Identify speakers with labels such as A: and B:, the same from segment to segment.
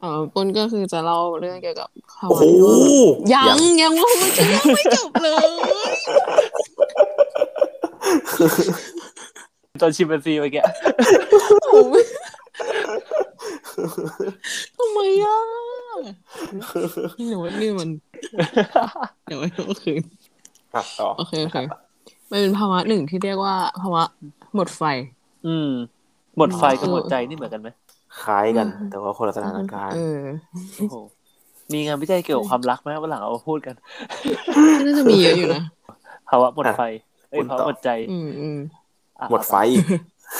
A: เอ่อปุ้นก็คือจะเล่าเรื่องเกี่ยวกับฮา
B: โอ้
A: วา
B: โห
A: ยว่าแบบยังยังว่าเมื่อกี้ยังไม่จบเลย
C: ตอนชิมเป็นซีเมื่อกี้
A: ผมทำไมอ่ะนี่หนูว่านี่มันเดี๋ยวไม่รู้คืน
B: อ่ะต่อ
A: โอเคโอเคมันเป็นภาวะหนึ่งที่เรียกว่าภาวะหมดไฟ
C: อืม หมดไฟกับหมดใจนี่เหมือนกันไหม
B: คล้ายกัน แต่ว่าคนละสถานการณ์
A: เออ
C: โอ้โหมีงานวิจัยเกี่ยวกับความรักไหมวันหลังเอามาพูดกัน
A: น่าจะมีเยอะอยู่นะ
C: ภาวะหมดไฟเอ้ยภาวะหมดใจ
A: อืมอืม
C: อ่ะ
B: หมดไฟ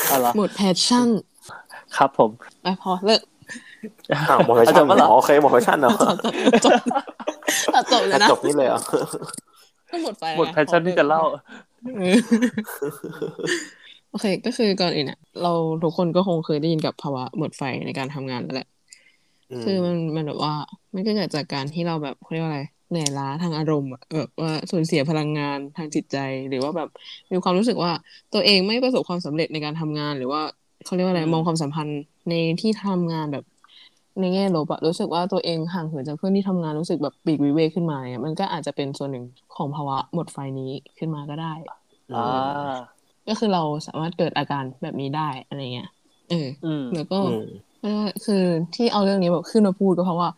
C: เอาละ
A: หมดแพชชั่น
C: ครับผม
A: ไปพอเลิก
B: อ้าวหมอแฟชั่น
C: อ่ะจบแล้วเหรอ
B: อ๋อโอเคหมอแฟชั่นเหรอ
A: จบจบจบตัดจบเลยนะ
B: จบนี่เลยเหรอ
A: ก็หมดไฟล้วนะ
C: หมดแพชชั่นที่จะเล่า
A: เออ โอเค ก็คือก่อนอื่นอ่ะ เราทุกคนก็คงเคยได้ยินกับภาวะหมดไฟในการทำงานนั่นแหละ
B: ม
A: คือมันมันแบบว่ามันก็เกิดจากการที่เราแบบเขาเรียกว่าอะไรเหนื่อยล้าทางอารมณ์อะแบบว่าสูญเสียพลังงานทางจิตใจ หรือว่าแบบมีความรู้สึกว่าตัวเองไม่ประสบความสำเร็จในการทำงาน หรือว่าเขาเรียกว่าอะไร
C: อืม
A: มองความสัมพันธ์ในที่ทำงานแบบในแง่ลบอะรู้สึกว่าตัวเองห่างเหินจากเพื่อนที่ทำงานรู้สึกแบบปลีกวิเวกขึ้นมาเนี่ยมันก็อาจจะเป็นส่วนหนึ่งของภาวะหมดไฟนี้ขึ้นมาก็ได้
C: อ่า
A: ก็คือเราสามารถเกิดอาการแบบนี้ได้อะไรเงี้ยเออ
C: อืม
A: แล้วก็
B: อืม
A: เออคือที่เอาเรื่องนี้แบบขึ้นมาพูดก็เพราะว่า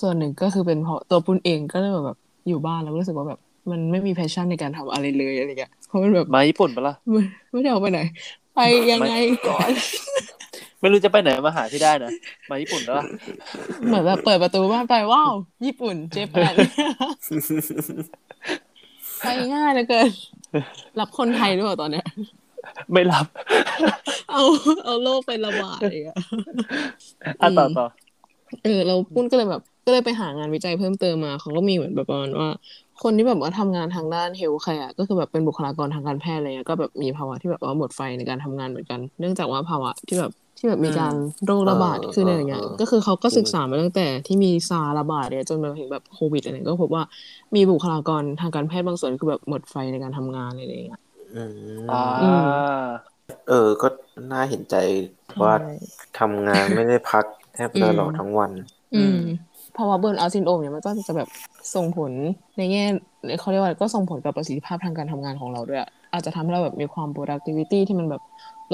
A: ส่วนหนึ่งก็คือเป็นเพราะตัวปุ้นเองก็เลยแบบอยู่บ้านแล้วรู้สึกว่าแบบ มันไม่มีแพชชั่นในการทำอะไรเลยอะไรเงี้ยเพราะมันแบบ
C: มาญี่ปุ่นปะล่ะ
A: ไม่ไม่ได้ออกไปไหน ไปยังไงก่อน
C: ไม่รู้จะไปไหนมาหาที่ได้นะ มาญี่ปุ่นปะล่ะ
A: เหมือนแบบเปิดประตูบ้านไปว้าวญี่ปุ่นเจแปน ไปง่ายเหลือเกินรับคนไทยด้วยเหรอตอนเนี้ย
C: ไม่รับ
A: เอาเอาโลกไประบาดอะไรเงี้ย
C: อ่ะต่อต่อ
A: เออเราปุ้นก็เลยแบบ ก็เลยไปหางานวิจัยเพิ่มเติมมาเขาก็มีเหมือนแบบประมาณว่า คนที่แบบว่าทำงานทางด้านเฮลท์แคร์ก็คือแบบเป็นบุคลากรทางการแพทย์อะไรเงี้ยก็แบบมีภาวะที่แบบว่าหมดไฟในการทำงานเหมือนกัน เนื่องจากว่าภาวะที่แบบที่แบบมีการโรคระบาด
B: เออ
A: ขึ้นอะไรเงี้ย
B: เออเออ
A: ก็คือเขาก็ศึกษามาตั้งแต่ที่มีซาร์ระบาดเนี่ยจนมาถึงแบบโควิดอะไรเงี้ยก็พบว่ามีบุคลากรทางการแพทย์บางส่วนคือแบบหมดไฟในการทำงานอะไรอย่างเงี้ย
B: อืม
C: อ่า
A: อื
B: เออ ก็น่าเห็นใจว่าทำงานไม่ได้พักแทบจะตลอดทั้งวัน
A: อื
C: อื
A: ม
C: ม
A: ภาวะเบิร์นเอาซินโดรมเนี่ยมันก็จะแบบส่งผลในแง่เขาเรียกว่าอะไรก็ส่งผลกับประสิทธิภาพทางการทำงานของเราด้วยอะอาจจะทำให้เราแบบมีความ productivity ที่มันแบบ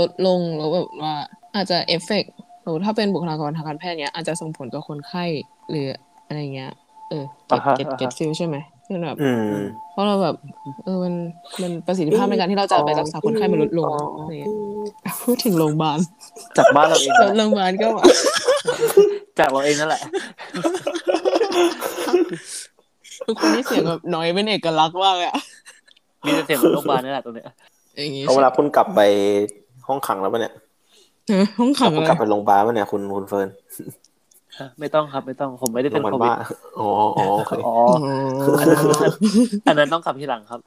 A: ลดลงแล้วแบบว่าอาจจะเอฟเฟกหรือถ้าเป็นบุคลากรทางการแพทย์เนี้ยอาจจะส่งผลกับคนไข้หรืออะไรเงี้ยเออเก็ต
C: อ่าฮะ
A: เก็ต
C: อ่าฮะ
A: เก็ตฟิลใช่ไหมคือแบบ
B: อืม
A: เพราะเราแบบเออมันมันประสิทธิภาพในการที่เราจะไปรักษาคนไข้มันลดลงอะไรเงี้ยพูดถึงโรงพยาบาล
C: จากบ้านเราเอง
A: แล้ว
C: นะ
A: โรงพยาบาลก็แบบ
C: จากเราเองนั่นแหละ
A: ทุกคนที่เสียงแบบน้อยเป็นเอกลักษณ์มากเลยอะ
C: มีแต่เสียงเหมือนโรงพยาบาลนั่นแหละตรงเนี้ย
A: อย่างงี้
B: เอาเวลาคุณกลับไปห้องขังแล้วปะเนี่ย
A: เออห้องขัง
B: คุณ
A: เล
B: กลั
A: ย
B: บไปโรงพยาบาลปะเนี่ยคุณคุณเฟิร์น
C: ไม่ต้องครับไม่ต้องผมไม่ได้
B: โร
C: เป็
B: ง
C: น
B: พยาบาล
C: โควิด
B: บ้าอ๋ออ๋อโอเค
C: อ๋อ
A: อ๋อ
C: อันนั้นต้องกลับทีหลังครับ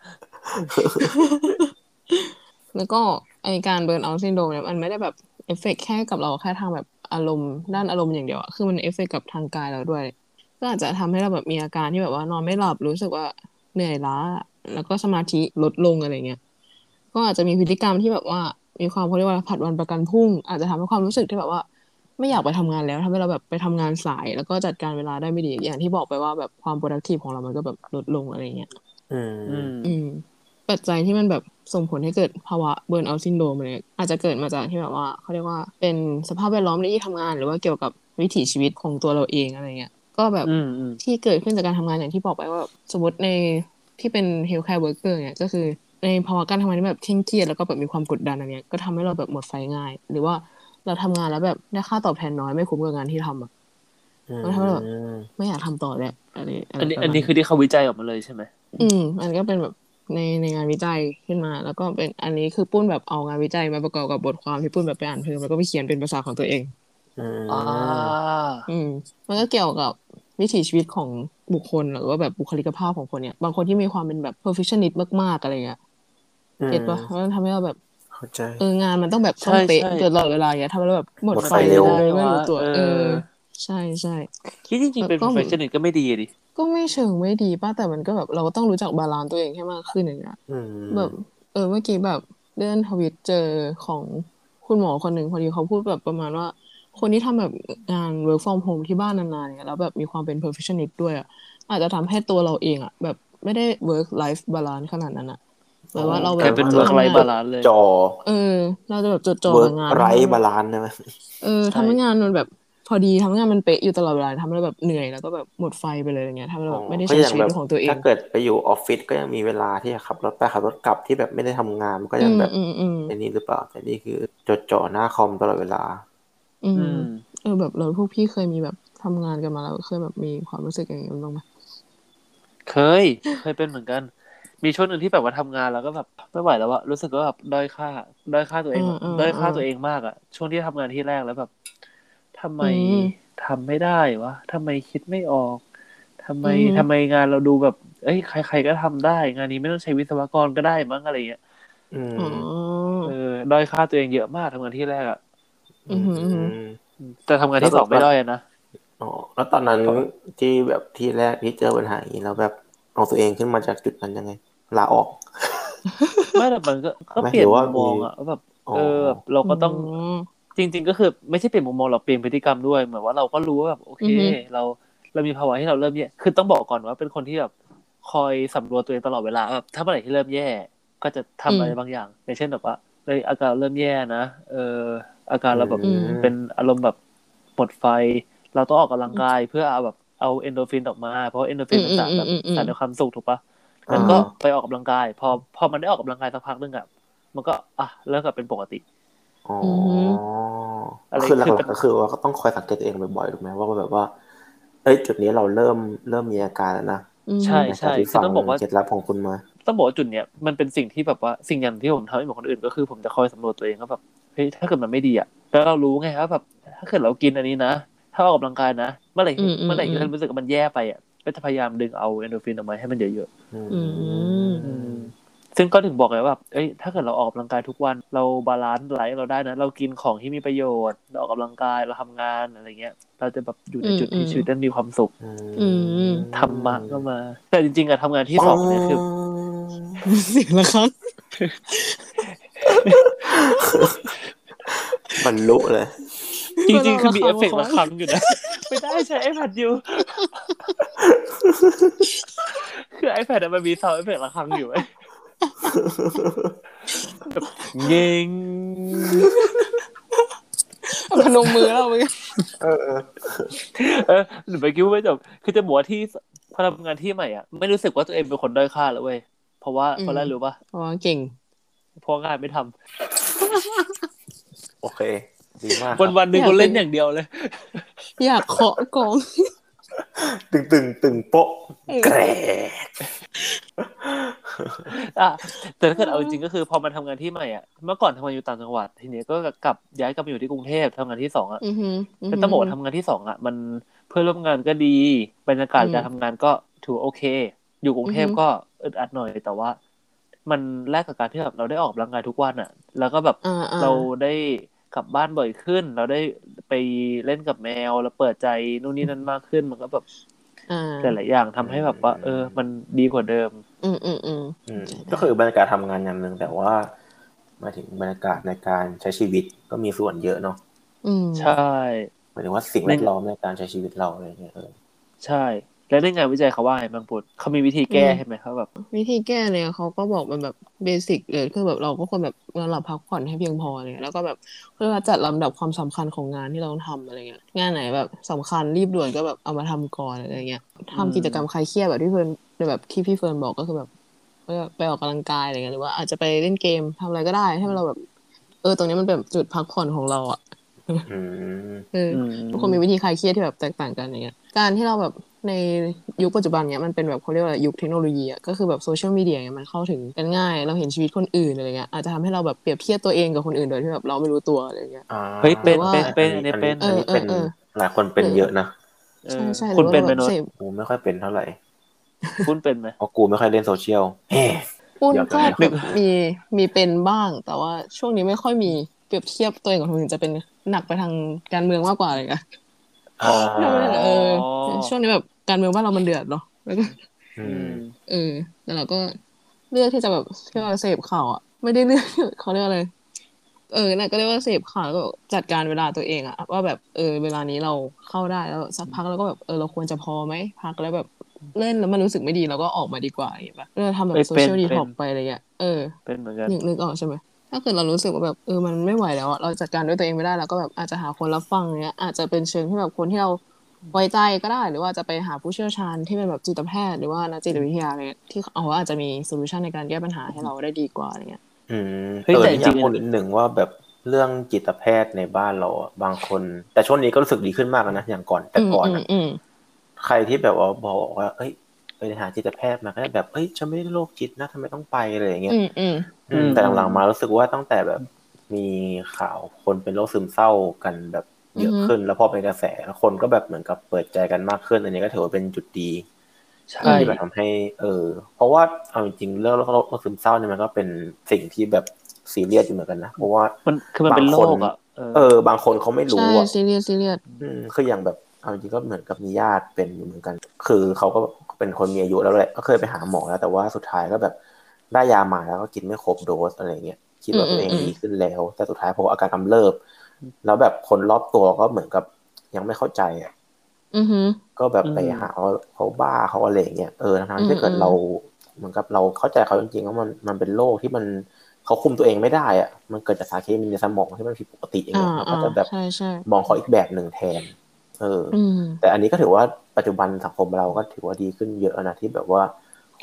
A: แล้วก็ไอการเบิร์นเอาซินโดมเนี่ยมันไม่ได้แบบเอฟเฟกแค่กับเราแค่ทางแบบอารมณ์ด้านอารมณ์อย่างเดียวอะคือมันเอฟเฟกกับทางกายเราด้วย ก็อาจจะทำให้เราแบบมีอาการที่แบบว่านอนไม่หลับรู้สึกว่าเหนื่อยล้า แล้วก็สมาธิลดลงอะไรเงี้ยก็อาจจะมีพฤติกรรมที่แบบว่ามีความเขาเรียกว่าผัดวันประกันพรุ่ง อาจจะทำให้ความรู้สึกที่แบบว่า ไม่อยากไปทำงานแล้วทำให้เราแบบไปทำงานสาย แล้วก็จัดการเวลาได้ไม่ดีอย่างที่บอกไปว่าแบบความ productive ของเรามันก็แบบลดลงอะไรเงี้ย
B: อืม
C: อืม
A: อืมปัจจัยที่มันแบบส่งผลให้เกิดภาวะเบิร์นเอาซินโดมเนี่ยอาจจะเกิดมาจากที่แบบว่าเขาเรียกว่าเป็นสภาพแวดล้อมในที่ทำงาน หรือว่าเกี่ยวกับวิถีชีวิตของตัวเราเองอะไรเงี้ยก็แบบ
C: อืมอืม
A: ที่เกิดขึ้นจากการทำงานอย่างที่บอกไปว่าแบบสมมติในที่เป็นเฮลท์แคร์เวิร์กเกอร์เนี่ยก็คือในภาวะการทำงานที่แบบเคร่งเครียดแล้วก็แบบมีความกดดันอันเนี้ยก็ทำให้เราแบบหมดไฟง่าย หรือว่าเราทำงานแล้วแบบได้ค่าตอบแทนน้อยไม่คุ้มกับงานที่ทำอะ
B: อืม
A: เอาเท่าไหร่ ไม่อยากทำต่อแล้วอะไรอะไร
C: อันนี้
A: ประมาณ
C: อันนี้คือที่เขาวิจัยออกมาเลยใช่ไหม
A: อืมมันก็เป็นแบบในในงานวิจัยขึ้นมา แล้วก็เป็นอันนี้คือปุ้นแบบเอางานวิจัยมาประกอบกับบทความที่ปุ้นแบบไปอ่านเพิ่มแล้วก็ไปเขียนเป็นภาษาของตัวเอง
B: อืม
C: อ่า
A: อืม มันก็เกี่ยวกับวิถีชีวิตของบุคคลหรือว่าแบบบุคลิกภาพของคนเนี่ย บางคนที่มีความเป็นแบบ perfectionist มากๆอะไรเงี้ยเก็ตปะมันทำให้เราแบบ
B: เข้าใจ
A: เอองานมันต้องแบบต้องเป๊ะตลอดเวลาอย่างเงี้ยทำให้เราแบบหมด
B: หมด
A: ไฟ
B: ไฟเร็ว
A: เลยไม่รู้ตัว
C: เอ
A: เอ
C: อ
A: อ ใช่ใช่
C: ที่จริงๆเป็น
A: แล้วก็
C: perfectionist ก็ไม่ดีดิ
A: ก็ไม่เชิงไม่ดีป่ะแต่มันก็แบบเราก็ต้องรู้จักบาลานซ์ตัวเองให้มากขึ้นอย่างเงี้ย
B: อืม
A: แบบเออเมื่อกี้แบบเลื่อนทวิตเจอของคุณหมอคนหนึ่งพอดีเขาพูดแบบประมาณว่า คนที่ทำแบบงาน work from home ที่บ้านนานๆเนี่ยแล้วแบบมีความเป็น perfectionist ด้วยอะอาจจะทำให้ตัวเราเองอะแบบไม่ได้ work life balance ขนาดนั้นอะแปลว่าเราแบ
C: กลาย
A: บ
C: เป็น
B: ทำงาน
C: เวิร์กไล
A: ทำงน
C: ฟ์บาลานซ์เลย
B: จอ
A: เออ เราจะแบบจดจ่อ
B: work
A: กับงาน
B: right balance ใช่ไหม
A: เออ
C: ใช่
A: ทำให้งานมันแบบพอดีทำให้งานมันเป๊ะอยู่ตลอดเวลาทำให้แบบเหนื่อยแล้วก็แบบหมดไฟไปเลยอย่างเงี้ยทำให้แบบไม่ได้
B: ก็
A: ใช้
B: ยั
A: ชีวิต
B: แบบ
A: ของตัวเอง
B: ถ้าเกิดไปอยู่ออฟฟิศก็ยังมีเวลาที่จะขับรถไปขับรถกลับที่แบบไม่ได้ทำงานมันก็
A: อื
B: ยัง
A: ม
B: แบบ
A: อืมอืม
B: ไอ้นี่หรือเปล่า แต่นี่คือจดจ่อหน้าคอมตลอดเวลา
A: อื
C: อื
A: ม
C: ม
A: เออแบบเราพวกพี่เคยมีแบบทำงานกันมาแล้วเคยแบบมีความรู้สึกอย่างนี้บ้างไหม
C: เคย เคยเป็นเหมือนกัน มีช่วงหนึ่งที่แบบว่าทำงานแล้วก็แบบไม่ไหวแล้วอะรู้สึกว่าแบบด้อยค่า ด้อยค่าตัวเองแบบด้อยค่าตัวเองมากอะช่วงที่ทำงานที่แรกแล้วแบบทำไมทำไม่ได้วะทำไมคิดไม่ออกทำไมทำไมงานเราดูแบบ เอ้ย ใคร ๆก็ทำได้ งานนี้ไม่ต้องใช้วิศวกรก็ได้มั้งอะไรเงี้ย
B: อืม
A: อ๋อ
C: เออด้อยค่าตัวเองเยอะมากทำงานที่แรกอะ
A: อืมอืมอืม
B: ม
C: แต่ทำงานที่สองไม่ด้อยอะนะ
B: อ๋อแล้วตอนนั้นที่แบบที่แรกที่เจอปัญหาอย่างนี้แล้วแบบเอาตัวเองขึ้นมาจากจุดนั้นยังไงลาออก
C: ไม่แต่มันก็ก็
B: ไม่
C: เปลี่ยน
B: หรือว่า
C: มุมมอง
B: มี
C: อะว่าแบบ
B: อ๋อ
C: เออแบบเราก็ต้อง จริงๆก็คือไม่ใช่เปลี่ยนมุมมองหรอกเปลี่ยนพฤติกรรมด้วยเหมือนว่าเราก็รู้ว่าแบบโอเค
A: อือฮึ
C: เราเรามีภาวะที่เราเริ่มแย่คือต้องบอกก่อนว่าเป็นคนที่แบบคอยสำรวจตัวเองตลอดเวลาแบบถ้าเมื่อไหร่ที่เริ่มแย่ก็จะทำอะไรบางอย่างอย่างเช่นแบบว่าเฮ้ยอาการเริ่มแย่นะเอออาการเราแบบ
A: อืม
C: เป็นอารมณ์แบบหมดไฟ เราต้องออกกำลังกายเพื่อเอาแบบเอาเอนโดรฟินออกมาเพราะเอนโดรฟิน
A: อื
C: เป็
A: ม
C: นสารแบบ
A: อืมอืม
C: สารในความสุขถูกปะ
B: อ่า
C: มันก็ไปออกกำลังกาย พอพอมันได้ออกกำลังกายสักพักหนึงอะมันก็อ่ะเริ่มกลับเป็นปกติ
B: อ๋ออะไร คือหลั
C: คือก เป็น
B: ๆก็คือว่าก็ต้องคอยสังเกตตัวเองบ่อยๆถูกไหมว่าแบบว่า เอ้ยจุดนี้เราเริ่มเริ่มมีอาการแล้วนะ
A: อืม
C: ใช่
B: หลังจากที่ฟัง
C: คือต้องบอกว่า
B: เคล็ดลับของคุณมา
C: ต้องบอกว่าจุดเนี้ยมันเป็นสิ่งที่แบบว่าสิ่งอย่างที่ผมทำให้เหมือนคนอื่นก็คือผมจะคอยสำรวจตัวเองว่าแบบเฮ้ยถ้าเกิดมันไม่ดีอะแล้วเรารู้ไงว่าแบบถ้าเกิดเรากินอันนี้นะ ถ้าออกกำลังกายนะ เมื่อไหร่ที่เมื่อไหร่ที่เรารู้สึกว่ามันแย่ไปอะก็จะพยายามดึงเอาเอนโดรฟินออกมาให้มันเยอะๆ
B: อืม
A: อืม
C: อืมซึ่งก็ถึงบอกไงว่าแบบเอ้ย ถ้าเกิดเราออกกำลังกายทุกวัน เราบาลานซ์ไลฟ์เราได้นะ เรากินของที่มีประโยชน์ เราออกกำลังกาย เราทำงานอะไรเงี้ย เราจะแบบอยู่ในจุด
A: อื
C: ที่
A: ม
C: ชีวิตนั้นมีความสุข
A: อืม
C: ธรรมะก็มา แต่จริงๆอะทำงานที่สองเนี่ยคือ
A: เสียงละครั้ง
B: บรรลุเลย
C: จริงๆ คือมีเอฟเฟกต์ระฆังอยู่นะ ไม่ได้ใช้ iPad อยู่ คือ iPad อะมันมีซาวเอฟเฟกต์ระฆังอยู่ไอ้ย แบบเง่ง
A: พนมมือแล้วเมื่อกี้
B: เออ
C: เออหรือไปกิ้วไม่จบคือจะบอกว่าที่พอทำงานที่ใหม่อ่ะ ไม่รู้สึกว่าตัวเองเป็นคนด้อยค่าแล้วเว้ย เพราะว่าเพราะอะไรรู้ป่ะ
A: อ๋อเก่ง
C: เพราะงานไม่ทำ
B: โอเค ดีมากค
C: วัน
B: รับ
C: วันๆ
A: อยาก
C: หนึ่งกูเล่น
A: เป็น
C: อย่างเดียว เลย
A: อยากเคาะกอง
B: ตึงตึงตึงโป๊ะ
A: เออ
B: แกรก
C: อ่ะแต่ถ้าเกิดเอาจริงๆก็คือพอมาทำงานที่ใหม่อ่ะเมื่อก่อนทำงานอยู่ต่างจังหวัด ทีเนี้ยก็กลับย้ายกลับมาอยู่ที่กรุงเทพทำงานที่สองอ่ะ
A: อือหือหื
C: แต่ต้องบอกว่าทำงานที่สองอ่ะมันเพื่อนร่วมงานก็ดีบรรยากาศ
A: อืม
C: การทำงานก็ถือว่าโอเค อยู่กรุงเทพ
A: อือฮึ
C: ก็อึดอัดหน่อยแต่ว่า มันแลกกับการที่แบบเราได้ออกกำลังกายทุกวันอ่ะ แล้วก็แบบ
A: อ่าอ่า
C: เราได้กลับบ้านบ่อยขึ้น เราได้ไปเล่นกับแมวเราเปิดใจนู่นนี่นั่นมากขึ้น มันก็แบบ
A: อ่า
C: หลายๆอย่างทำให้แบบว่า เออ มันดีกว่าเดิม
A: อืมอืมอืม
B: อืมก็คือบรรยากาศทำงานอย่างหนึ่งแต่ว่าหมายถึงบรรยากาศในการใช้ชีวิตก็มีส่วนเยอะเนาะ
A: อืม
C: ใช่
B: หมายถึงว่าสิ่งแวดล้อมในการใช้ชีวิตเราอะไรเงี้ยเออ
C: ใช่ แล้วได้งานวิจัยเขาว่าไงบางปุดเขามีวิธีแก้
A: อืม
C: ใช่ไหมเขาแบบ
A: วิธีแก้เลยอะเขาก็บอกมันแบบเบสิกเลยคือแบบเราก็ควรแบบนอนหลับพักผ่อนให้เพียงพอเลยแล้วก็แบบเพื่อจัดลำดับความสำคัญของงานที่เราต้องทำอะไรเงี้ยงานไหนแบบสำคัญรีบด่วนก็แบบเอามาทำก่อนอะไรเงี้ย
C: อื
A: ทำ
C: ม
A: กิจกรรมคลายเครียดแบบที่เฟิร์นแบบที่พี่เฟิร์นบอกก็คือแบบเออไปออกกำลังกายอะไรเงี้ยหรือว่าอาจจะไปเล่นเกมทำอะไรก็ได้ให้เราแบบ เออตรงเนี้ยมันเป็นจุดพักผ่อนของเราอ่ะ
B: อืม
A: เออ
C: อืม
A: ทุกคนมีวิธีคลายเครียดที่แบบแตกต่างกันอย่างเงี้ย การที่เราแบบในยุคปัจจุบันเนี้ยมันเป็นแบบเขาเรียกว่าอะไรยุคเทคโนโลยีอะก็คือแบบโซเชียลมีเดียเนี้ยมันเข้าถึงกันง่าย เราเห็นชีวิตคนอื่นอะไรเงี้ยอาจจะทำให้เราแบบเปรียบเทียบตัวเองกับคนอื่นโดยที่แบบเราไม่รู้ตัวอะไรเงี้ย
B: อ่า
C: เฮ้ยเป็น
A: ว่า
C: เป็นเป็นอันนี้เป็น
B: อันนี้
A: เออเออ
B: เป็น
A: เออ
B: หลายคนเป็นเยอะนะ
C: เอ
A: ใช่
C: อ
A: ใช่
C: คุณเป็
A: ห
C: นไหม
A: รือว่ารา
C: โนต
A: เสพ
B: กูไม่ค่อยเป็นเท่าไหร่
C: คุณเป็นไหม
B: เพราะกูไม่ค่อยเล่นโซเชียลเฮ้
A: อุ้น
B: อยาก
A: ก็
B: จะ
A: แบบมีมีเป็นบ้าง แต่ว่าช่วงนี้ไม่ค่อยมีเปรียบเทียบตัวเองกับคนอื่นจะเป็นหนักไปทางการเมืองมากกว่าอะไรเงี้ย
B: า
C: อ๋อ
A: เออช่วงนี้แบบการเมืองบ้านเรามันเดือดเนาะแล้วก็
B: อื
C: อื
B: ม
C: ม
A: เออแต่เราก็เลือกที่จะแบบเรียกว่าเสพข่าวอ่ะ ไม่ได้เลือก เขาเรียกอะไร เออน่ะก็เรียกว่าเสพข่าวแล้วก็จัดการเวลาตัวเองอะว่าแบบเออเวลานี้เราเข้าได้แล้วสักพักเราก็แบบเออเราควรจะพอไหมพักแล้วแบบเล่นแล้วมันรู้สึกไม่ดีเราก็ออกมาดีกว่าอย่างเงี้ยป่ะเราทำแบบ
C: เอ้ย
A: โซเชียล
C: เป็น
A: ดี
C: เป็น
A: ท็อกไปอะไรเงี้ยเออ
C: เป็นเหมือนกัน
A: นึกนึกออกใช่ไหมถ้าเกิดเรารู้สึกว่าแบบเออมันไม่ไหวแล้วอะเราจัดการด้วยตัวเองไม่ได้เราก็แบบอาจจะหาคนรับฟังเนี้ย อาจจะเป็นเชิงที่แบบคนที่เราไว้ใจก็ได้ หรือว่าจะไปหาผู้เชี่ยวชาญที่เป็นแบบจิตแพทย์หรือว่านักจิตวิทยาอะไรเงี้ยที่เอาว่าอาจจะมีโซลูชันในการแก้ปัญหาให้เราได้ดีกว่าอะไรเงี้ย
B: อืม
C: เฮ้ย
B: เออ
C: แต่
B: นี่อ
C: จริ
B: ยาก
C: งๆ
B: พูดนิดหนึ่งว่าแบบเรื่องจิตแพทย์ในบ้านเราอะบางคน แต่ช่วงนี้ก็รู้สึกดีขึ้นมากแล้วนะอย่างก่อนแต่ก่อน
A: อื
B: อะ
A: มอืม
B: ใครที่แบบว่าบอกว่า เอ้ยไปหาจิตแพทย์มาก็ได้แบบเอ้ยฉันไม่ได้โรคจิตนะทำไมต้องไปอะไรอย่างเงี้ย
A: อืมอืม
C: อืม
B: อืมแต่หลังๆมารู้สึกว่าตั้งแต่แบบมีข่าวคนเป็นโรคซึมเศร้ากันแบบเยอะขึ้น แล้วพอเป็นกระแสแล้วคนก็แบบเหมือนกับเปิดใจกันมากขึ้น อันนี้ก็ถือว่าเป็นจุดดี
C: ใช่
B: ที่แบบทำให้ เออ เพราะว่าเอาจริงๆเรื่องโรคโรคซึมเศร้าเนี่ยมันก็เป็นสิ่งที่แบบซีเรียสอยู่เหมือนกันนะเพราะว่า
C: มันคือมันเป็นโรคอ่ะเออ
B: เออบางคนเขาไม่รู้
A: ใช่
B: อ่ะ
A: ซีเรียสซีเรียส
B: อืมคืออย่างแบบเอาจริงก็เหมือนกับมีญาติเป็นอยู่เหมือนกัน คือเขาก็เป็นคนมีอายุแล้วแหละก็เคยไปหาหมอแล้วแต่ว่าสุดท้ายก็แบบได้ยามาแล้วก็กินไม่ครบโดสอะไรเงี้ยคิดว่าตัวเองดีขึ้นแล้ว แต่สุดท้ายพออาการกำเริบ แล้วแบบคนรอบตัวก็เหมือนกับยังไม่เข้าใจอ่ะ
A: อือฮึ
B: ก็แบบไป
C: อืม
B: หาว่าเขาบ้าเขาอะไรอย่างเงี้ยเออทั้ง
A: อืม
B: ๆที่เกิด
A: อืม
B: เราเหมือนกับเราเข้าใจเขาจริงๆว่ามันมันเป็นโรคที่มันเขาคุมตัวเองไม่ได้อะมันเกิดจากสารเคมีในสมองที่มันผิดปกติอย่าง
A: อ่า
B: เงี้ยแล้ว
A: อ่า
B: ก็จะแบบ
A: ใช่ใช่
B: มองเขาอีกแบบหนึ่งแทน เอออ
A: อืม
B: แต่อันนี้ก็ถือว่าปัจจุบันสังคมเราก็ถือว่าดีขึ้นเยอะนะที่แบบว่า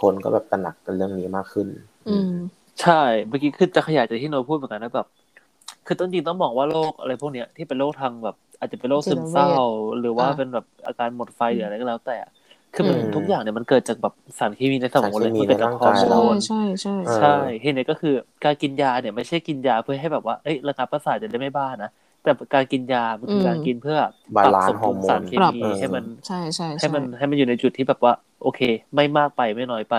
B: คนก็แบบตระหนักกันเรื่องนี้มากขึ้น
A: อืม
C: ใช่เมื่อกี้คือจะขยายจากที่โนตพูดเหมือนกันนะแบบคือต้นจริงต้องบอกว่าโรคอะไรพวกเนี้ยที่เป็นโรคทางแบบ อาจจะเป็นโรคซึมเศร้า หรือว่า
A: อ่า
C: เป็นแบบอาการหมดไฟหรืออะไรก็แล้วแต่อะคือมัน
A: อืม
C: ทุกอย่างเนี่ยมันเกิดจากแบบสารเคมีในสมองหมดเลย
B: สารเคมี
C: มันเกิดจา
B: ใน
C: ก
B: ร่าง
C: ฮอร์
B: กาย
C: โม
A: ใช่
B: เรา
C: น
B: อะ
A: ใช่ใช่
C: ใช่ทีนี้ก็คือการกินยาเนี่ยไม่ใช่กินยาเพื่อให้แบบว่าเอ้ยระงับประสาทจะได้ไม่บ้านะแต่การกินยามันคืออ
A: ม
C: การกินเพื่อบ
B: า
C: ปรับ
B: ลานซ์
C: สมดุลสารเค
B: ฮอร์
C: มี
B: โมน
C: ให้มัน
A: ใช่ใช่
C: ให้มันให้มันอยู่ในจุดที่แบบว่า โอเค ไม่มากไปไม่น้อยไป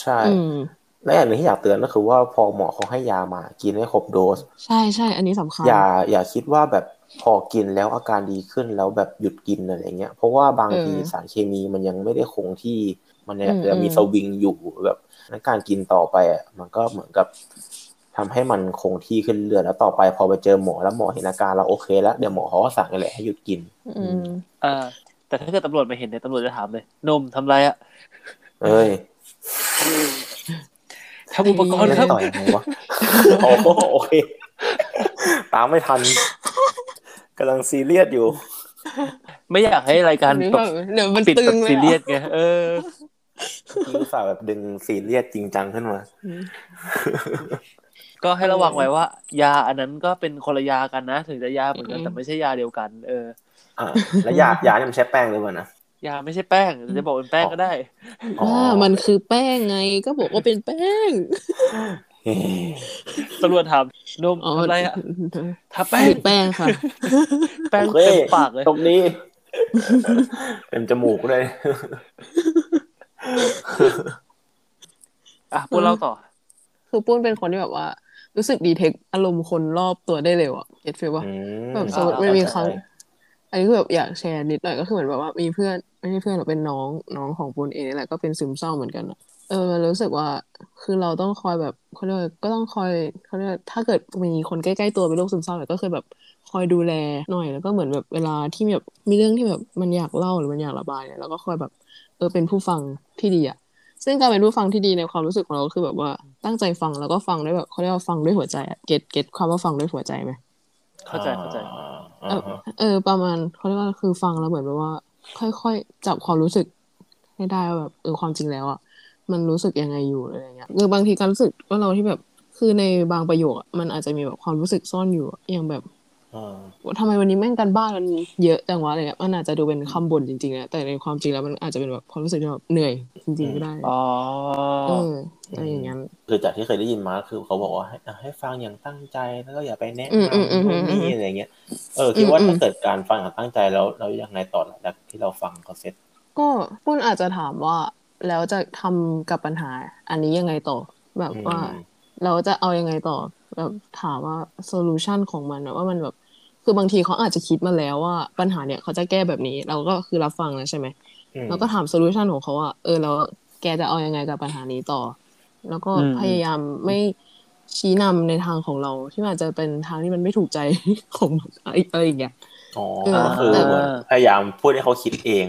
B: ใช่
A: อืม
B: และอย่างหนึ่งที่อยากเตือนก็คือว่าพอหมอเขาให้ยามากินให้ครบโดส
A: ใช่ใช่อันนี้สำคัญ
B: อย่าอย่าคิดว่าแบบพอกินแล้วอาการดีขึ้นแล้วแบบหยุดกินอะไรเงี้ยเพราะว่าบาง
A: เออ
B: ทีสารเคมีมันยังไม่ได้คงที่มัน
A: อืม
B: จะมี
A: อืม
B: สวิงอยู่แบบงั้นการกินต่อไปอ่ะมันก็เหมือนกับทำให้มันคงที่ขึ้นเรื่อยๆแล้วต่อไปพอไปเจอหมอแล้วหมอเห็นอาการเราโอเคแล้วเดี๋ยวหมอเขาก็สั่งอะไรให้หยุดกิน
A: อืม
C: เออแต่ถ้าเกิดตำรวจมาเห็นเนี่ยตำรวจจะถามเลยนมทำไรอะ
B: เอ้ย
C: ทำอุปกรณ์
B: ไม่
C: ครับ
B: ต่อยยังไงวะ อ๋อโอเค ตามไม่ ทันกำลังซีเรียสอยู่
C: ไม่อยากให้รายการ
A: หรือ
C: แบ
A: แบบบเดี๋ยวมัน
C: ปิด
A: ตึ
C: แบบ
A: งเลย
C: ซีเรียส
A: อะ
C: ไงเออ
B: มีอุตส่าห์แบบดึงซีเรียสจริงจังขึ้นมา
A: อืม
C: ก็ให้ระวัง
A: เออ
C: ไว้ว่า ยาอันนั้นก็เป็นคนละยากันนะ ถึงจะยาเหมือนกันแต่ไม่ใช่ยาเดียวกัน เออ
B: อ่าแล้วยายาเนี่ยมันใช้แป้งหรือเปล่านะ
C: ยาไม่ใช่แป้งจะบอกเป็นแป้งก็ได้
B: อ๋อ
A: อ่า
B: มั
A: มันคือแป้งไงก็บอกว่าเป็นแป้ง
C: ตำรวจถามนม
A: อ๋อ
C: ทำไรอะทาแป้ง
A: นี่แป้งค่ะ
C: แป้งเต็มปากเลย
B: ตรงนี้ เต็มจมูกเลย
C: อ่ะพวกเราต่อ
A: คือปุ้นเป็นคนที่แบบว่า รู้สึกดีเทคอารมณ์คนรอบตัวได้เร็วอะเก็ตฟีลว่า แบบสมมติ
C: อ่า
A: ไม่มีครั้ง อันนี้คือแบบอยากแชร์นิดหน่อยก็คือเหมือนแบบว่ามีเพื่อนไม่ใช่เพื่อนหรอกเป็นน้องน้องของปุนเองนี่แหละก็เป็นซึมเศร้าเหมือนกันอะเออมันรู้สึกว่าคือเราต้องคอยแบบเขาเรียกว่าก็ต้องคอยเขาเรียกว่าถ้าเกิดมีคนใกล้ๆตัวเป็นโรคซึมเศร้าเนี่ยก็คือแบบคอยดูแลหน่อยแล้วก็เหมือนแบบเวลาที่แบบมีเรื่องที่แบบมันอยากเล่าหรือมันอยากระบายเนี่ยเราก็คอยแบบเออเป็นผู้ฟังที่ดีอะซึ่งการเป็นผู้ฟังที่ดีในความรู้สึกของเราก็คือแบบว่าตั้งใจฟังแล้วก็ฟังด้วยแบบเขาเรียกว่าฟังด้วยหัวใจอะเก็ตเก็ตความว่าฟังด้วยหัวใจไหม
C: เข้าใจเข้าใจ
B: อ่า
A: เออเออประมาณเขาเรียกว่าคือฟังแล้วเหมือนแบบว่า ค่อยๆจับความรู้สึกให้ได้ว่าแบบเออความจริงแล้วอ่ะมันรู้สึกยังไงอยู่อะไรเงี้ยคือบางทีการรู้สึกว่าเราที่แบบคือในบางประโยคอะมันอาจจะมีแบบความรู้สึกซ่อนอยู่อะอย่างแบบ
B: อ่า
A: ว่าทำไมวันนี้แม่งกันบ้านมันเยอะจังวะอะไรเงี้ยมันอาจจะดูเป็นคำบ่นจริงๆนะแต่ในความจริงแล้วมันอาจจะเป็นแบบความรู้สึกที่แบบเหนื่อยจริงๆก็ได้
C: อ๋อ
A: เอออะไรอย่างนั้น
B: คือจากที่เคยได้ยินมาคือเขาบอกว่าให้ให้ฟังอย่างตั้งใจแล้วก็อย่าไปแนะ
A: อืมอืม
B: นำ
A: อืม
B: นู่น
A: อื
B: นี่
A: ม
B: อะไรเงี้ยเออคิดว่า
A: อืม
B: ถ้าเกิดการฟังอย่างตั้งใจแล้วเรายังไงต่อหลังจากที่เราฟังเขาเสร็จ
A: ก็ปุ้นอาจจะถามว่าแล้วจะทำกับปัญหา อันนี้ยังไงต่อแบบว่า
B: อืม
A: เราจะเอายังไงต่อแบบถามว่าโซลูชันของมันอะว่ามันแบบ คือบางทีเขาอาจจะคิดมาแล้วว่าปัญหาเนี่ยเขาจะแก้แบบนี้ เราก็คือรับฟังแล้วใช่ไหม
B: อืม
A: เราก็ถามโซลูชันของเขาว่าเออแล้วแกจะเอายังไงกับปัญหานี้ต่อ แล้วก็
C: อืม
A: พยายามไม่ ชี้นำในทางของเราที่มันอาจจะเป็นทางที่มันไม่ถูกใจ ของอะไรอะไรอย่างเงี้ย
B: อ๋อ
A: เออ
B: ก็คือเหมือนพยายามพูดให้เขาคิดเอง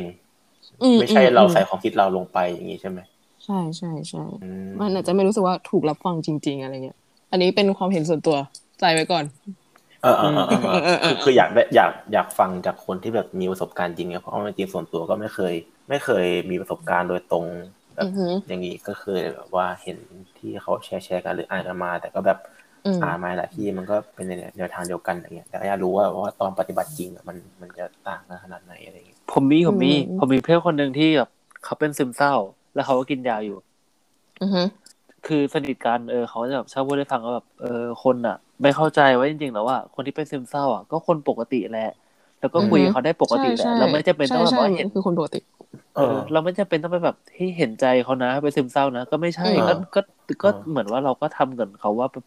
A: อื
B: ไม่ใช่เราใส่
A: อืม
B: ความคิดเราลงไปอย่างนี้ใช่ไหม
A: ใช่ใช่ใช่
B: อื
A: มันอาจจะไม่รู้สึกว่าถูกรับฟังจริง ๆ อะไรเงี้ย อันนี้เป็นความเห็นส่วนตัวใจไว้ก่อน
B: เออเออเออเออ
A: เออเออเออ
B: คือคืออยากได้อยากอยากฟังจากคนที่แบบมีประสบการณ์จริงไงเพราะว่าจริงๆส่วนตัวก็ไม่เคย ไม่เคยมีประสบการณ์โดยตรง
A: อือหือ
B: อย่างนี้ก็คือแบบว่าเห็นที่เขาแชร์แชร์กันหรืออ่านกันมา แต่ก็แบบ
A: อืม
B: อ่านมาหลายที่มันก็เป็นในแนวทางเดียวกันอย่างเงี้ยแต่ก็อยากรู้ว่าว่าตอนปฏิบัติจริงอะมันมันจะต่างกันขนาดไหนอะไรอย่างเงี้ย
C: ผมมีผมมี
A: อืม
C: ผมมีเพื่อนคนหนึ่งที่แบบเขาเป็นซึมเศร้า แล้วเขาก็กินยาอยู่
A: อือหือ
C: คือสนิทกันเออเขาจะแบบชอบพูดให้ฟังว่าแบบเออคนอ่ะ ไม่เข้าใจว่าจริงๆแล้วว่าคนที่เป็นซึมเศร้าอ่ะก็คนปกติแหละ แล้วก็คุยกับเขาได้ปกติแห
A: ใช่
C: ละ
A: ใช่
C: เราไม่จำเป็นต้องแบบ
A: ใช่
C: ว่า
A: ใช่
C: เห็น
A: คือคนปกติ
B: เออ
C: เราไม่จำเป็นต้องไปแบบที่เห็นใจเขานะไปซึมเศร้านะ ก็ไม่ใช่
A: อืม
C: ก็ก็ก็
B: อ่า
C: เหมือนว่าเราก็ทำกับเขาว่าเป็น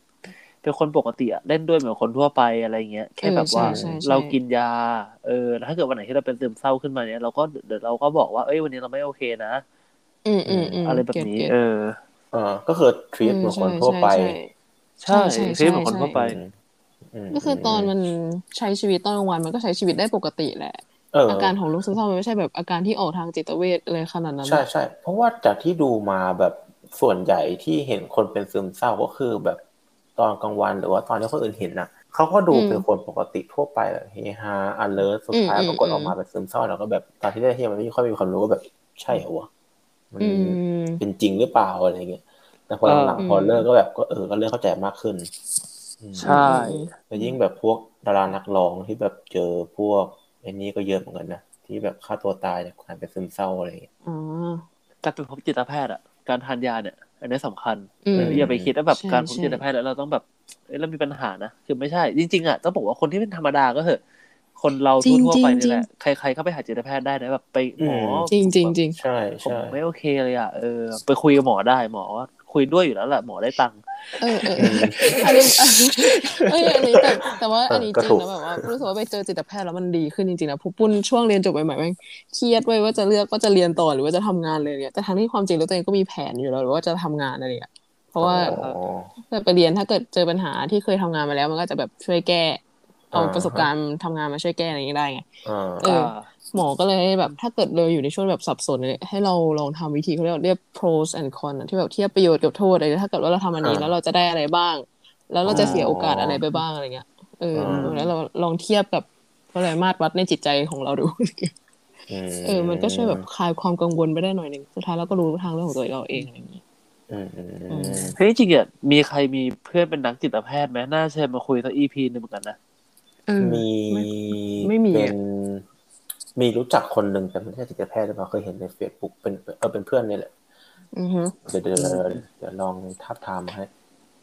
C: เป็นคนปกติอะเล่นด้วยเหมือนคนทั่วไปอะไรเงี้ยแค่แบบว่า
A: เออใช่ใช่ใช่
C: เรากินยา เออแล้วถ้าเกิดวันไหนที่เราเป็นซึมเศร้าขึ้นมาเนี่ยเราก็เดี๋ยวเราก็บอกว่าเอ้ยวันนี้เราไม่โอเคนะ
A: อืมอืมอืม
C: อะไรแบบนี้
A: เก็ต
C: เอ
A: เก็ต
C: อ
B: เออก็คือทรีตเหมือนคนทั่วไป
A: ใช่ใช่ใช่
C: ใช่
A: ใช่
C: คือเหมือนคน
A: ใช่
C: ทั่วไป
B: ม
A: ก็คือตอนมันใช้ชีวิตตอนกลางวันมันก็ใช้ชีวิตได้ปกติแหละ
B: เออ
A: อาการของโรคซึมเศร้ามันไม่ใช่แบบอาการที่ออกทางจิตเวชเลยขนาดนั้น
B: ใช่
A: อะ
B: ใช่เพราะว่าจากที่ดูมาแบบส่วนใหญ่ที่เห็นคนเป็นซึมเศร้าก็คือแบบตอนกลางวันหรือว่าตอนที่คนอื่นเห็นน่ะเขาก็ดูเป็นคนปกติทั่วไปแบบเฮฮาอันเลิศสุดท้ายปรากฏออกมาเป็นซึมเศร้าแล้วก็แบบตอนที่ได้ที่มันไม่ค่อยมีความรู้ว่าแบบใช่เหรอวะมัน
A: อืม
B: เป็นจริงหรือเปล่าอะไรเงี้ย แต่พอ
C: เออ
B: หลัง
A: อืม
B: ๆพอเลิกก็แบบก็เออ ก็เริ่มเข้าใจมากขึ้นอืม
C: ใช่
B: แล้วยิ่งแบบพวกดารานักร้องที่แบบเจอพวกไอ้นี่ก็เยอะเหมือนกันนะ ที่แบบฆ่าตัวตายจากการเป็นซึมเศร้าอะไรเงี้ย
A: อ๋อ
C: การไปพบจิตแพทย์อ่ะการทานยาเนี่ย อันนี้สำคัญ
A: อืม
B: เ
C: อย่าไปคิดว่าแบบ
A: ใช่
C: การพบ
A: ใช่
C: จิตแพทย์แล้วเราต้องแบบเอ้ยเรามีปัญหานะคือไม่ใช่ จริงๆอ่ะต้องบอกว่าคนที่เป็นธรรมดาก็เถอะ คนเราทั่วๆไปนี่แหละใครๆเข้าไปหาจิตแพทย์ได้นะแบบไปหมอ
B: อืม
A: จริงจริงจริง
B: ใช่
C: ผม
B: ใช่
C: ไม่โอเคเลยอ่ะเออไปคุยกับหมอได้หมอคุยด้วยอยู่แล้วแหละหมอได้ตังค์
A: เออเออเอออันนี้อันนี้เอ้ยอันนี้แต่แต่ว่าอันนี้จริงนะแบบว่ารู้สึกว่าไปเจอจิตแพทย์แล้วมันดีขึ้นจริงๆนะผู้ปุ้นช่วงเรียนจบใหม่ๆแม่งเครียดไว้ยว่าจะเลือกว่าจะเรียนต่อหรือว่าจะทำงานเลยเนี่ยแต่ทั้งที่ความจริงแล้วตัวเองก็มีแผนอยู่แล้วหรือว่าจะทำงานอะไรเนี่ยเพราะว่า
B: อ๋อ
A: แต่ไปเรียนถ้าเกิดเจอปัญหาที่เคยทำงานมาแล้วมันก็จะแบบช่วยแก้ เอา
B: อ่า
A: ประสบการณ์ทำงานมาช่วยแก้อะไรอย่างนี้ได้ไง
B: อ่า
A: เออ หมอก็เลยให้แบบถ้าเกิดเราอยู่ในช่วงแบบสับสนเนี่ยให้เราลองทำวิธีเขาเรียกว่าเรียก pros and cons อะที่แบบเทียบประโยชน์กับโทษอะไรถ้าเกิดว่าเราทำอันนี้แล้วเราจะได้อะไรบ้าง แล้วเราจะเสียโอกาสอะไรไปบ้างอะไรเงี้ยเอออา แล้วเราลองเทียบกับเขาเลยกมาตรวัดในจิตใจของเราดู เออ มันก็ช่วยแบบคลายความกังวลไปได้หน่อยหนึ่งสุดท้ายเราก็รู้ทางเรื่องของตัวเราเองอะไรอย่างเงี้ย
B: อืมอืมอืม
C: เฮ้ยจริงๆอ่ะมีใครมีเพื่อนเป็นนักจิตแพทย์ไหมน่าเชิญมาคุยสักอีพีหนึ่งเหมือนกันนะ
B: มี
A: ไม่ไม่มี
B: เป็น
A: อะ
B: มีรู้จักคนหนึ่งแต่ไม่ใช่จิตแพทย์หรือเปล่าเคยเห็นในเฟซบุ๊กเป็นเออเป็นเพื่อนนี่แหละ
A: อือฮึ
B: เดี๋ยวเดี๋ยวเดี๋ยวเดี๋ยวลองทับทามให้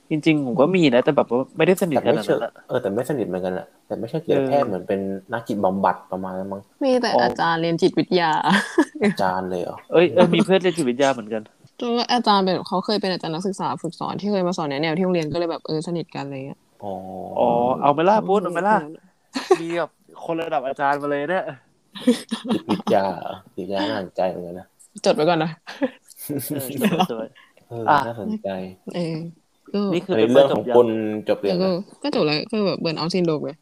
C: จริง ๆ ผมก็มีนะแต่แบบว่าไม่ได้สนิท
B: แต่
C: ข
B: ไม่
C: นาด
B: เชิ
C: นั้
B: ง
C: นอะ
B: เออแต่ไม่สนิทเหมือนกันแหละแต่ไม่ใช่จิตแพทย์เหมือนเป็นนักจิตบำบัดประมาณนั้นมั้ง
A: มีแต่
C: อ๋ออ
A: อาจารย์เรียนจิตวิทยา
B: อาจารย์เลยเหรอ
C: เอ้ยเออมีเพื่อนเรียนจิตวิทยาเหมือนกัน
A: จนว่าอาจารย์เป็นเขาเคยเป็นอาจารย์นักศึกษาฝึกสอนที่เคยมาสอนแนะแนวที่โรงเรียนก็เลยแบบเออสนิทกันอะไรเงี้ย
B: อ๋อ
C: อ๋อเอาไหมล่ะพูดเอาไหมล่ะ
A: เออ
C: มีแบบคนระดับอาจารย์มาเลยเนี่ย
B: จิตวิทยาเหรอจิตวิทยาน่าสนใจเหมือนกันนะ
A: จดไว้ก่อนนะ
C: เออสวยสวย
B: เออ
C: อ่ะ
B: น่าสนใจ
A: เออก็
C: นี่คือ
B: อัน
C: เป็
B: นี้
C: นเรื่
B: เรื่
C: อ
B: อง ง
C: ข
B: ของ
C: อ
B: ง
C: ค
B: คน นจบเรี
A: แล้
B: ยน
A: วก็
B: นะ
A: ก็จบแล้วก็แบบเบิร์นเอาซินโดมเลย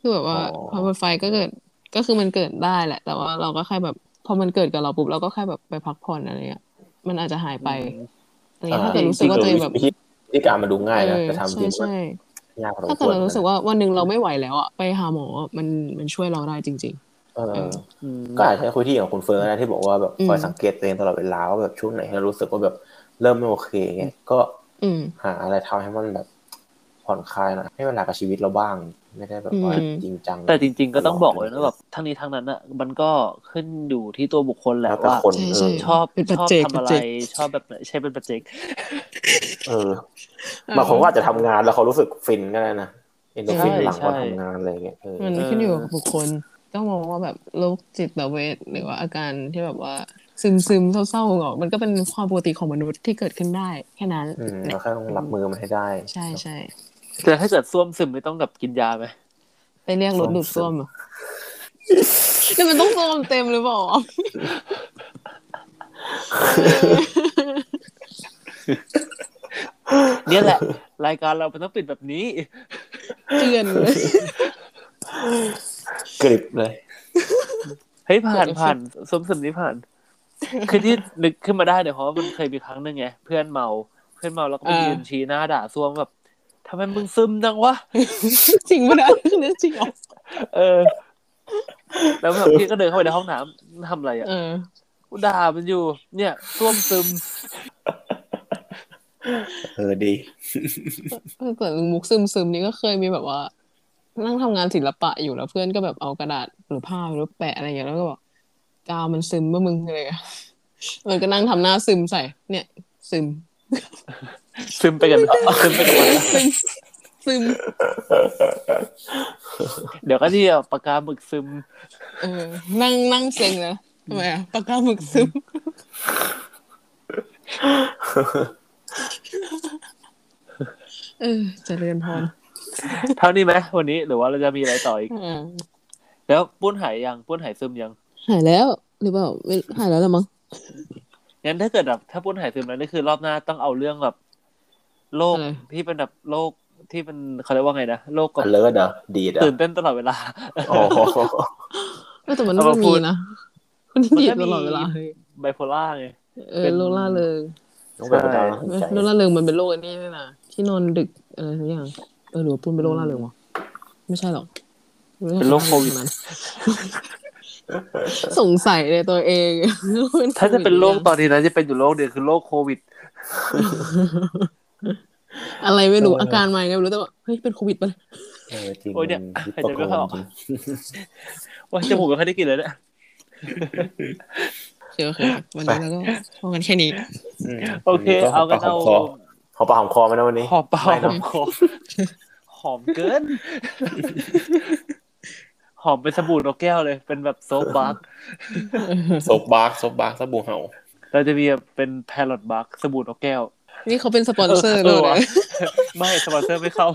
A: คือแบบว่า
B: อ๋อ
A: ความเป็นไฟก็เกิดก็คือมันเกิดได้แหละ แต่ว่าเราก็แค่แบบพอมันเกิดกับเราปุ๊บเราก็แค่แบบไปพักผ่อนอะไรเงี้ยมันอาจจะหายไปอะไรเงี้ยถ้าเกิดรู้สึกว่าตัวเองแบบ
B: วิธีวิธีการมาดูง่าย
A: เอ
B: นะ
A: อ
B: แต่ทำจริ
A: ใช่
B: ง
A: ใช่
B: ก็ยากพอ
A: ถ้าเกิดเรารู้สึก
B: ม
A: ว่าวันหนึ่งเราไม่ไหวแล้วอ่ะไปหาหมออะมันมันช่วยเราได้จริง
B: เอ
A: เอ
B: อ
A: อ
B: ก็อาจจะใช้คุยที่ของคุณเฟิร์นนะที่บอกว่าแบบคอ
A: อื
B: ย
A: ม
B: สังเกตตัวเองตลอดเวลาว่าแบบช่วงไหนที่เรารู้สึกว่าแบบเริ่มไม่โอเคเงี้ยก็
A: ๆ อืม
B: หาอะไรทำให้มันแบบผ่อนคลายหน่อยให้เวลากับชีวิตเราบ้าง ไม่ได้แบบว่า
A: อืม
B: จริงจัง
C: แต่จริง ๆ ก็ต้องบอกเลยนะแบบทั้งนี้ทั้งนั้นอ่ะมันก็ขึ้นอยู่ที่ตัวบุคคลแหละ
B: แล้วแต่
C: ว่า
B: คน
A: ใช่
B: เอ
A: ใช่
B: อ
C: ชอบ
A: เป็นปั
C: ช
A: จ
C: อบ
A: เจก
C: ทำอะไร
A: ปัจเจก
C: ชอบแบบไหนใช่เป็นปัจเจก
B: เออ บางคนก็อาจจะทำงานแล้วเขารู้สึกฟินก็ได้นะเอนโดรฟินหลังวันทำงานอะไรเงี้ยเออ
A: มันขึ้นอยู่กับบุคคลต้องมองว่าแบบโรคจิตเวชหรือว่าอาการที่แบบว่าซึมซึมๆเศร้าๆเหงาๆมันก็เป็นความปกติของมนุษย์ที่เกิดขึ้นได้แค่นั้น
B: อืม
A: นะ
B: เราแค่ต้องรับมือมันให้ได้
A: ใช่ใช่
C: แต่ถ้าเกิดซ่วมซึมไม่ต้องแบบกินยาไหม
A: ไปเรียกรถดูดซ่วมเหรอแต่มันต้องซ่วมเต็มหรือเปล่า
C: เนี่ยแหละ รายการเรามันต้องปิดแบบนี้
A: เตือนเลย
B: กริบเลย
C: เฮ้ยผ่าน
A: เออ
C: ผ่านสมสมนี้ ผ่าน คือที่นึกขึ้นมาได้เนี่ยเพราะว่ามันเคยมีครั้งหนึ่งไงเพื่อนเมา เพื่อนเมาแล้วก็ไปยืนชี้หน้าด่าซ่วมแบบทำไมมึงซึมจังวะ
A: จริงปะเนี่ยเรื่องจริงเหรอ
C: เออ แล้วแบบพี่ก็เดินเข้าไปในห้องน้ำทำอะไรอ่ะ
A: เออ
C: กูด่ามันอยู่ เนี่ยซ่วมซึม
B: เออดี
A: เออแต่มุกซึมซึมนี่ก็เคยมีแบบว่า นั่งทำงานศิลปะอยู่แล้วเพื่อนก็แบบเอากระดาษหรือผ้าหรือแปะอะไรอย่างเงี้ยแล้วก็บอกกาวมันซึมเมื่อมึงอะไรอย่างเลย มันก็นั่งทำหน้าซึมใส่ เนี่ย ซึม
C: ซึมไปกันซึมไปกับ
A: ซึ
C: มัน
A: มซึม
C: เดี๋ยวก็ที่เอาปากกาหมึกซึม
A: เออ นั่งนั่งเซ็งนะทำไมอ่ะปากกาหมึกซึม เออเจะเรียนพร
C: เท่านี้ไหมวันนี้หรือว่าเราจะมีอะไรต่ออีก
A: เออ
C: แล้วปุ้นหายยังปุ้นหายซึมยัง
A: หายแล้ว หรือเปล่าไม่หายแล้วเหรอมั้ง
C: งั้นถ้าเกิดแบบถ้าปุ้นหายซึมแล้วนี่คือรอบหน้าต้องเอาเรื่องแบบโรค
A: อะไร
C: ที่เป็นแบบโรคที่เป็นเขาเรียกว่าไงนะโรคกับ
B: เลิศเหรอดีดเหรอ
C: ตื่นเต้นตลอดเวลา
B: โอ้โห
A: เออแต่มัน
C: เอา
A: ก็
C: มาพู
A: มี
C: ด
A: นะมัน
C: มัน
A: ดีด
C: ก็มี
A: ตลอ ดเวลาเลย
C: ไบโพล่าไง
A: เออ
C: เป็น
A: โรคล่าเริง
B: ต้องไปดาวน่าสนใจ
A: โรคล่าเริงมันเป็นโรคอันนี้ด้วยนะที่นอนดึกอะไรทุกอย่างเออหรือว่าปุ้นเป็นโรคล่าเริงวะไม่ใช่หรอก
C: เป็นโรคโควิด
A: สงสัยใน ตัวเอง
C: ถ้าจะเป็นโรคตอนนี้นะจะเป็นอยู่โรคเดียวคือโรคโควิด
A: อะไรไม่รู้อาการมาไงไม่รู้แต่ว่าเฮ้ยเป็นโควิดปะเนี่ย
B: เออจริง
C: โอ้ยเนี่ย
B: วิ
C: หาย
B: ต
C: ใจ
B: กกั
C: ไม่ค่อ
B: ง
C: ยออก
B: วล
C: ว่าจมูกไม่ค่อยได้กลินเลย เนี่ย
A: โอเคโอเควันนี้เรา ก็พอกันแค่นี้
B: จริง
C: โอเค เอากันเอา
B: หมคอหอมปากหอมคอไหมนะวันนี้
C: หอมเปล่า
B: ไม่
C: ห
B: นะ
C: อมคอหอมเกิน หอมเป็นสบู่นกแก้วเลย เป็นแบบโซฟบัค
B: ซบบาร์กซบบาร์กสบู่เห่า
C: เราจะมีแบบเป็นแพรอทบัคสบู่นกแก้ว
A: นี่เขาเป็นสปอนเซอ ร์ด้วยนะ
C: เออว่ะไม่สปอนเซอร์ไม่เข้า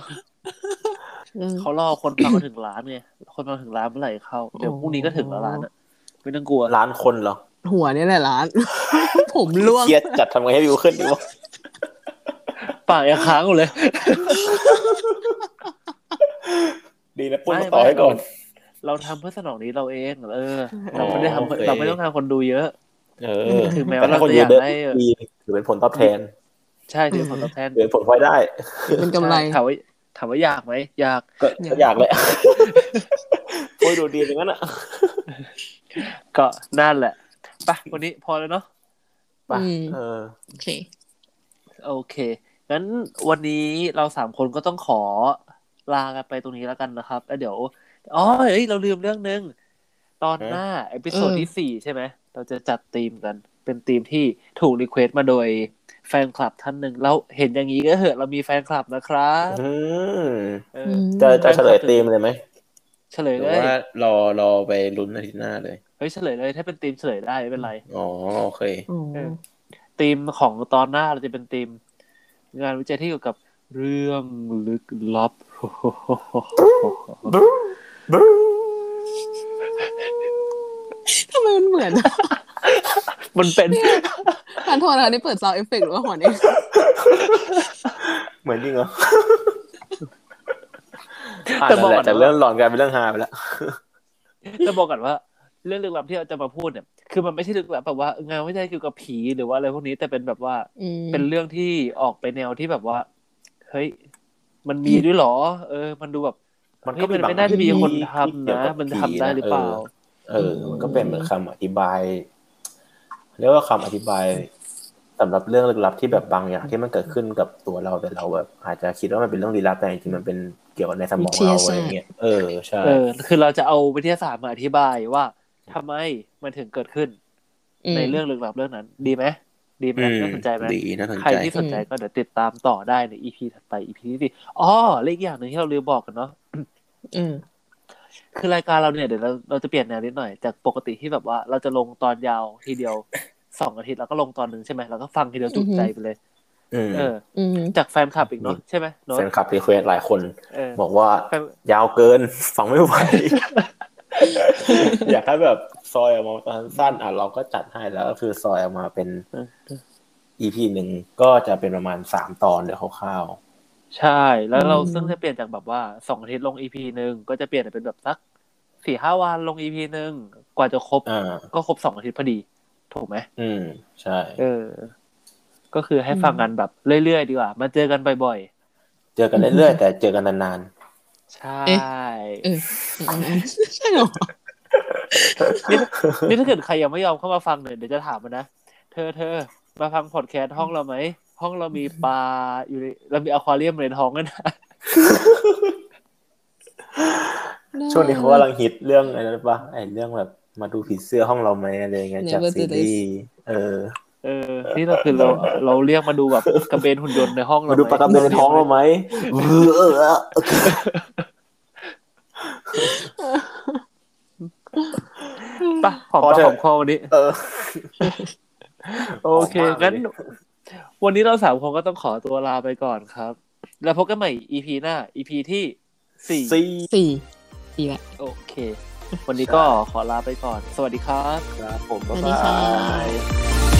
A: เออ
C: เขารอคนฟังมาถึงร้านไงคนฟังถึงร้านเมื่อไหร่เข้า เดี๋ยวพรุ่งนี้ก็ถึงแล้วร้านอ่ะไม่ต้องกลัว
B: ร้านคนเหรอ
A: หัวเนี่ยแหละร้าน ผมร่วง
B: เครียดจัดทำไงให้วิวขึ้นดีวะ
C: ปากยังค้างอยู่เลย
B: ดีนะปุ้น
C: ไม่
B: มาต่อให้ก่อน
C: ไม่ เราทำเพื่อสนองนี้เราเองเออ
B: อ๋อ
C: เราไม่ได้ทำเพื่อ
B: โอเค
C: เราไม่ต้องการคนดูเยอะ
B: เออ
C: ถึงแม้ว่า
B: ต่
C: เรา
B: ถ้คน
C: จะ
B: เย
C: อยา
B: อะ
C: ก
B: เด้
C: ได้
B: ดีถือเป็นผลตอบแทน
C: ใช่ถือผลตอบแทน
B: ถือเป็นผลพลอยได้
A: เป็นกำไร
C: ใช่ถามว่าถามว่าอยากไหมอยาก
B: ก็ก็อยากเลยโอ้ยดูดีอย่างนั้นอ่ะ
C: ก็นั่นแหละไปวันนี้พอแล้วเนาะ
B: ไป
A: อืม
B: เออ
A: โอเค
C: โอเคงั้นวันนี้เราสามคนก็ต้องขอลากันไปตรงนี้แล้วกันนะครับแล้วเดี๋ยวอ๋อเอ้ยเราลืมเรื่องนึงตอนหน้าเอพิโซด
A: เออ
C: ที่สี่ใช่ไหมเราจะจัดธีมกัน เป็นธีมที่ถูกรีเควสต์มาโดยแฟนคลับท่านหนึ่งแล้วเห็นอย่างนี้ก็เหอะเรามีแฟนคลับนะครับ
B: อืม
C: เอ
A: อื
C: อ
A: ม
B: จะจะเฉลยธีมเลยไหม
C: เฉล
B: ห
C: ย
B: รือ
C: เล
B: ว่าย รอรอไปลุ้นอาทิตย์หน้าเลย
C: เฮ้ยเฉลยเลย ถ้าเป็นธีมเฉลยได้ไม่เป็นไร
B: อ๋อโอเค
A: อ๋อ
C: เออ ธีมของตอนหน้าเราจะเป็นธีม งานวิจัยที่เกี่ยวกับเรื่องลึกลับ
A: ทำไมมันเหมือน
C: มันเป็น
A: ขอโทษนะคะได้เปิดซาวเอฟเฟกหรือว่าหอนเอง
B: เหมือนจริง เหรอ
C: แต่
B: แต่
C: บบ อ
B: อก ก
C: ก่อนนะ
B: แต่เรื่องหลอนกันเป็นเรื่องฮาไปแล้ว
C: จะบอกก่อนว่า เรื่องลึกลับที่เราจะมาพูดเนี่ย คือมันไม่ใช่ลึกลับแบบว่างานวิจัยเกี่ยวกับผีหรือว่าอะไรพวกนี้แต่เป็นแบบว่า
A: อืม
C: เป็นเรื่องที่ออกไปแนวที่แบบว่า เฮ้ย มันมีด้วยเหรอ เออ มันดูแบบ
B: มันก็
C: เฮ้ยมัน
B: บง
C: ไม่น่าจะมีคนทำ
B: ที่เกี่ยว
C: นะ
B: กับ
C: มันทำได้หรือเปล่า
B: เออ มันก็เป็นเหมือนคำอธิบายเรียกว่าคำอธิบายสำหรับเรื่องลึกลับที่แบบบางอย่างที่มันเกิดขึ้นกับตัวเราแต่เราแบบอาจจะคิดว่ามันเป็นเรื่องลี้ลับแต่จริงๆมันเป็นเกี่ยวกับในสมองเราอะไรอย่างเงี้ยเออใช่
C: เออ คือเราจะเอาวิทยาศาสตร์มาอธิบายว่าทำไมมันถึงเกิดขึ้น
A: ม
C: ในเรื่องลึกลับเรื่องนั้น ดีไหมดีไหมน่าสนใจไหม
B: ดีน่าสน
C: ใคร
B: ใจ
C: ที่สนใจ
A: อืม
C: ก็เดี๋ยวติดตามต่อได้ใน EP ถัดไป EP ที่สี่อ๋อและอีกอย่างหนึ่งที่เราลืมบอกกันเนาะ
A: อืม
C: คือรายการเราเนี่ยเดี๋ยวเราเราจะเปลี่ยนแนวนิดหน่อย จากปกติที่แบบว่าเราจะลงตอนยาวทีเดียว สองอาทิตย์แล้วก็ลงตอนหนึ่งใช่ไหมแล้วก็ฟังทีเดียวจุใจไปเลย
B: อืม
C: เออ
A: อืม
C: จากแฟนคลับอีกเนาะใช่ไหมเนาะ
B: แฟนคลับรีเควสหลายคน
C: เออ
B: บอกว่า
C: แฟน
B: ยาวเกิน ฟังไม่ไหว อยากให้แบบซอยออกมาตอนสั้นอ่ะเราก็จัดให้แล้วก็คือซอยออกมาเป็น EP หนึ่งก็จะเป็นประมาณสามตอนเดี๋ยวคร่าว
C: ใช่ แล้วเรา
A: อืม
C: ซึ่งจะเปลี่ยนจากแบบว่าสองอาทิตย์ลงอีพีหนึ่งก็จะเปลี่ยนเป็นแบบสักสี่ห้าวันลงอีพีหนึ่งกว่าจะครบ
B: อ่า
C: ก็ครบสองอาทิตย์พอดี ถูกไหม
B: อืม ใช่
C: เออ ก็คือให้ฟังกันแบบเรื่อยๆดีกว่า มาเจอกันบ่อย
B: เจอกันเรื่อยๆ แต่เจอกันนาน
C: ๆ ใช่
A: เอออืมอืมใช่เหรอ
C: นี่ถ้าเกิดใครยังไม่ยอมเข้ามาฟังเนี่ยเดี๋ยวจะถามมันนะ เธอเธอมาฟังพอดแคสต์ห้องเราไหม ห้องเรามีปลาอยู่ในเรามีอควาเรียมในท้องด้วยนะ
B: ๆ ช่วงนี้เขากำลังฮิตเรื่องอะไรรู้ปะไอ้เรื่องแบบมาดูผีเสื้อห้องเราไหมอะไรเงี้ยจาก
A: Never
B: ซีรีส์เออ
C: เออ นี่เราคือเราเราเรียกมาดูแบบกระเบนหุ่นยนต์ในห้องเรา
B: มาดูปลากระเบนในท้องเราไห มเออ
C: ปะหอมปากหอมคอวันนี้
B: เออ
C: โอเค งั้น วันนี้เราสามคนก็ต้องขอตัวลาไปก่อนครับ แล้วพบกันใหม่ EP หน้า EP ที่สี่
B: ซี
A: สี่สี่แหละ
C: โอเค วันนี้ก็ขอลาไปก่อน สวัสดีครับ
B: ครับผม
A: สวัส
B: บ๊าย
A: ดี
B: บา
A: ค่ะ
B: ย
A: ส